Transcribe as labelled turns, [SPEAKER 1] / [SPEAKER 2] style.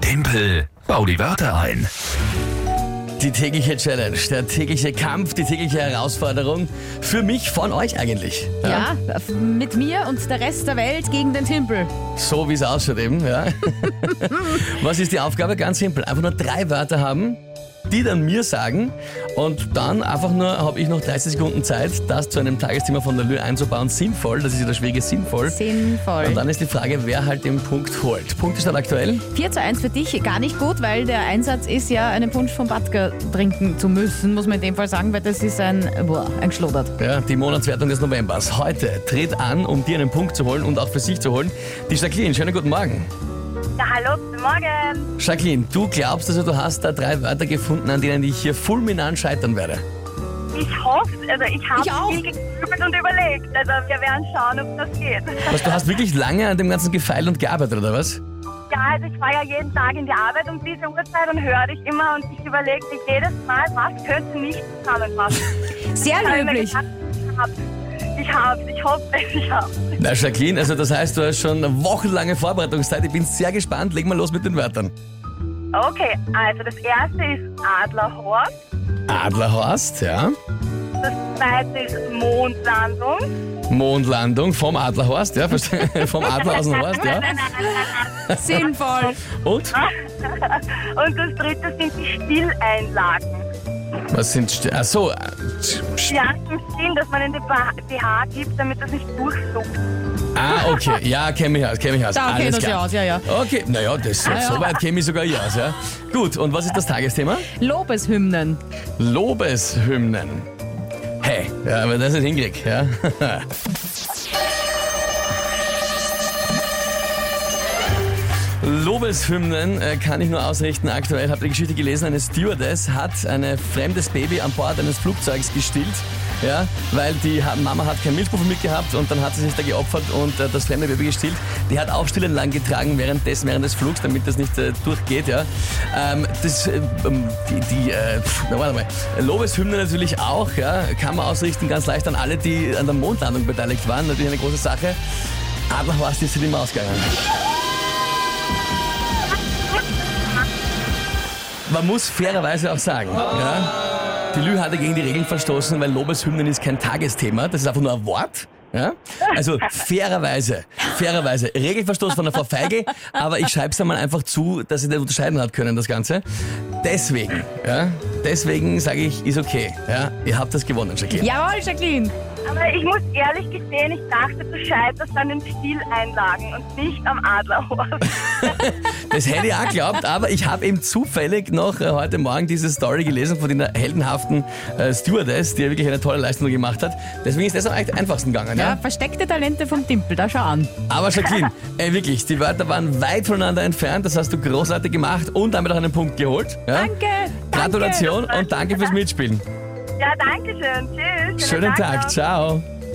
[SPEAKER 1] Tempel, bau die Wörter ein.
[SPEAKER 2] Die tägliche Challenge, der tägliche Kampf, die tägliche Herausforderung. Für mich, von euch eigentlich.
[SPEAKER 3] Ja, f- mit mir und der Rest der Welt gegen den Timpel.
[SPEAKER 2] So wie es ausschaut eben, ja. Was ist die Aufgabe? Ganz simpel. Einfach nur drei Wörter haben, die dann mir sagen. Und dann einfach nur habe ich noch 30 Sekunden Zeit, das zu einem Tagesthema von der Lü einzubauen. Sinnvoll, das ist ja der Schwege sinnvoll. Und
[SPEAKER 3] Sinnvoll.
[SPEAKER 2] dann ist die Frage, wer halt den Punkt holt. Punkt ist dann aktuell.
[SPEAKER 3] 4 zu 1 für dich, gar nicht gut, weil der Einsatz ist ja, einen Punsch vom Badger trinken zu müssen, muss man in dem Fall sagen, weil das ist ein, boah, ein Schlodert.
[SPEAKER 2] Ja, die Monatswertung des Novembers. Heute tritt an, um dir einen Punkt zu holen und auch für sich zu holen. Die Jacqueline, schönen guten Morgen.
[SPEAKER 4] Ja, hallo, guten Morgen.
[SPEAKER 2] Jacqueline, du glaubst also, du hast da drei Wörter gefunden, an denen ich hier fulminant scheitern werde.
[SPEAKER 4] Ich hoffe, also ich
[SPEAKER 3] Ich auch.
[SPEAKER 4] habe viel gegrübelt und überlegt. Also wir werden schauen, ob das geht.
[SPEAKER 2] Was, du hast wirklich lange an dem Ganzen gefeilt und gearbeitet, oder was?
[SPEAKER 4] Ja, also ich war ja jeden Tag in die Arbeit um diese Uhrzeit und höre dich immer und ich überlege mich jedes Mal, was könnte nicht zusammenpassen.
[SPEAKER 3] Sehr
[SPEAKER 4] Ich habe immer
[SPEAKER 3] löblich.
[SPEAKER 4] gedacht, Ich hab's, ich hab's, ich hoffe, ich hab's.
[SPEAKER 2] Na, Jacqueline, also das heißt, du hast schon eine wochenlange Vorbereitungszeit. Ich bin sehr gespannt. Leg mal los mit den Wörtern.
[SPEAKER 4] Okay, also das erste ist Adlerhorst,
[SPEAKER 2] Adlerhorst, ja.
[SPEAKER 4] das zweite ist Mondlandung.
[SPEAKER 2] Mondlandung vom Adlerhorst, ja. verstehe. vom Adler aus dem Horst, Also, ja.
[SPEAKER 4] Nein, nein, nein, nein,
[SPEAKER 3] Sinnvoll.
[SPEAKER 2] Und?
[SPEAKER 4] nein. Und das dritte sind die Stilleinlagen.
[SPEAKER 2] Was sind... St Ach so. äh, sch- sch-
[SPEAKER 4] Ja, im Sinn, dass man in die BH gibt, damit das nicht durchsucht.
[SPEAKER 2] Ah, okay. Ja, kenne mich aus, kenne mich aus.
[SPEAKER 3] Da kennt
[SPEAKER 2] Alles
[SPEAKER 3] das ja
[SPEAKER 2] klar.
[SPEAKER 3] aus, ja, ja.
[SPEAKER 2] Okay, naja, das,
[SPEAKER 3] ja.
[SPEAKER 2] so weit käme ich sogar ich aus, ja. Gut, und was ist das Tagesthema?
[SPEAKER 3] Lobeshymnen.
[SPEAKER 2] Lobeshymnen. Hey, ja, wenn das nicht hinkrieg, ja. Lobeshymnen äh, kann ich nur ausrichten. Aktuell habt ihr die Geschichte gelesen, eine Stewardess hat ein fremdes Baby an Bord eines Flugzeugs gestillt, ja, weil die ha- Mama hat kein Milchpulver mitgehabt und dann hat sie sich da geopfert und äh, das fremde Baby gestillt. Die hat auch stillenlang getragen währenddessen, während des Flugs, damit das nicht äh, durchgeht, ja. Ähm, das, äh, ähm, die, die äh, pf, na, warte mal, Lobeshymne natürlich auch, ja, kann man ausrichten ganz leicht an alle, die an der Mondlandung beteiligt waren, natürlich eine große Sache. Aber was ist denn immer ausgegangen? Man muss fairerweise auch sagen, ja, die Lü hatte gegen die Regeln verstoßen, weil Lobeshymnen ist kein Tagesthema, das ist einfach nur ein Wort. Ja? Also fairerweise, fairerweise. Regelverstoß von der Frau Feige, aber ich schreibe es dann mal einfach zu, dass sie das unterscheiden hat können, das Ganze. Deswegen, ja, deswegen sage ich, ist okay. Ja? Ihr habt das gewonnen, Jacqueline.
[SPEAKER 3] Jawohl, Jacqueline.
[SPEAKER 4] Aber ich muss ehrlich gestehen, ich dachte, du scheiterst an den Stileinlagen und nicht am Adlerhorst.
[SPEAKER 2] Das hätte ich auch geglaubt, aber ich habe eben zufällig noch äh, heute Morgen diese Story gelesen von der heldenhaften äh, Stewardess, die ja wirklich eine tolle Leistung gemacht hat. Deswegen ist das am einfachsten gegangen.
[SPEAKER 3] Ja,
[SPEAKER 2] Ja?
[SPEAKER 3] versteckte Talente vom Timpel, da schau an.
[SPEAKER 2] Aber Jacqueline, ey, wirklich, die Wörter waren weit voneinander entfernt. Das hast du großartig gemacht und damit auch einen Punkt geholt. Ja?
[SPEAKER 3] Danke.
[SPEAKER 2] Gratulation und danke fürs Mitspielen.
[SPEAKER 4] Ja, danke schön. Tschüss.
[SPEAKER 2] Schönen Tag,
[SPEAKER 4] noch.
[SPEAKER 2] ciao.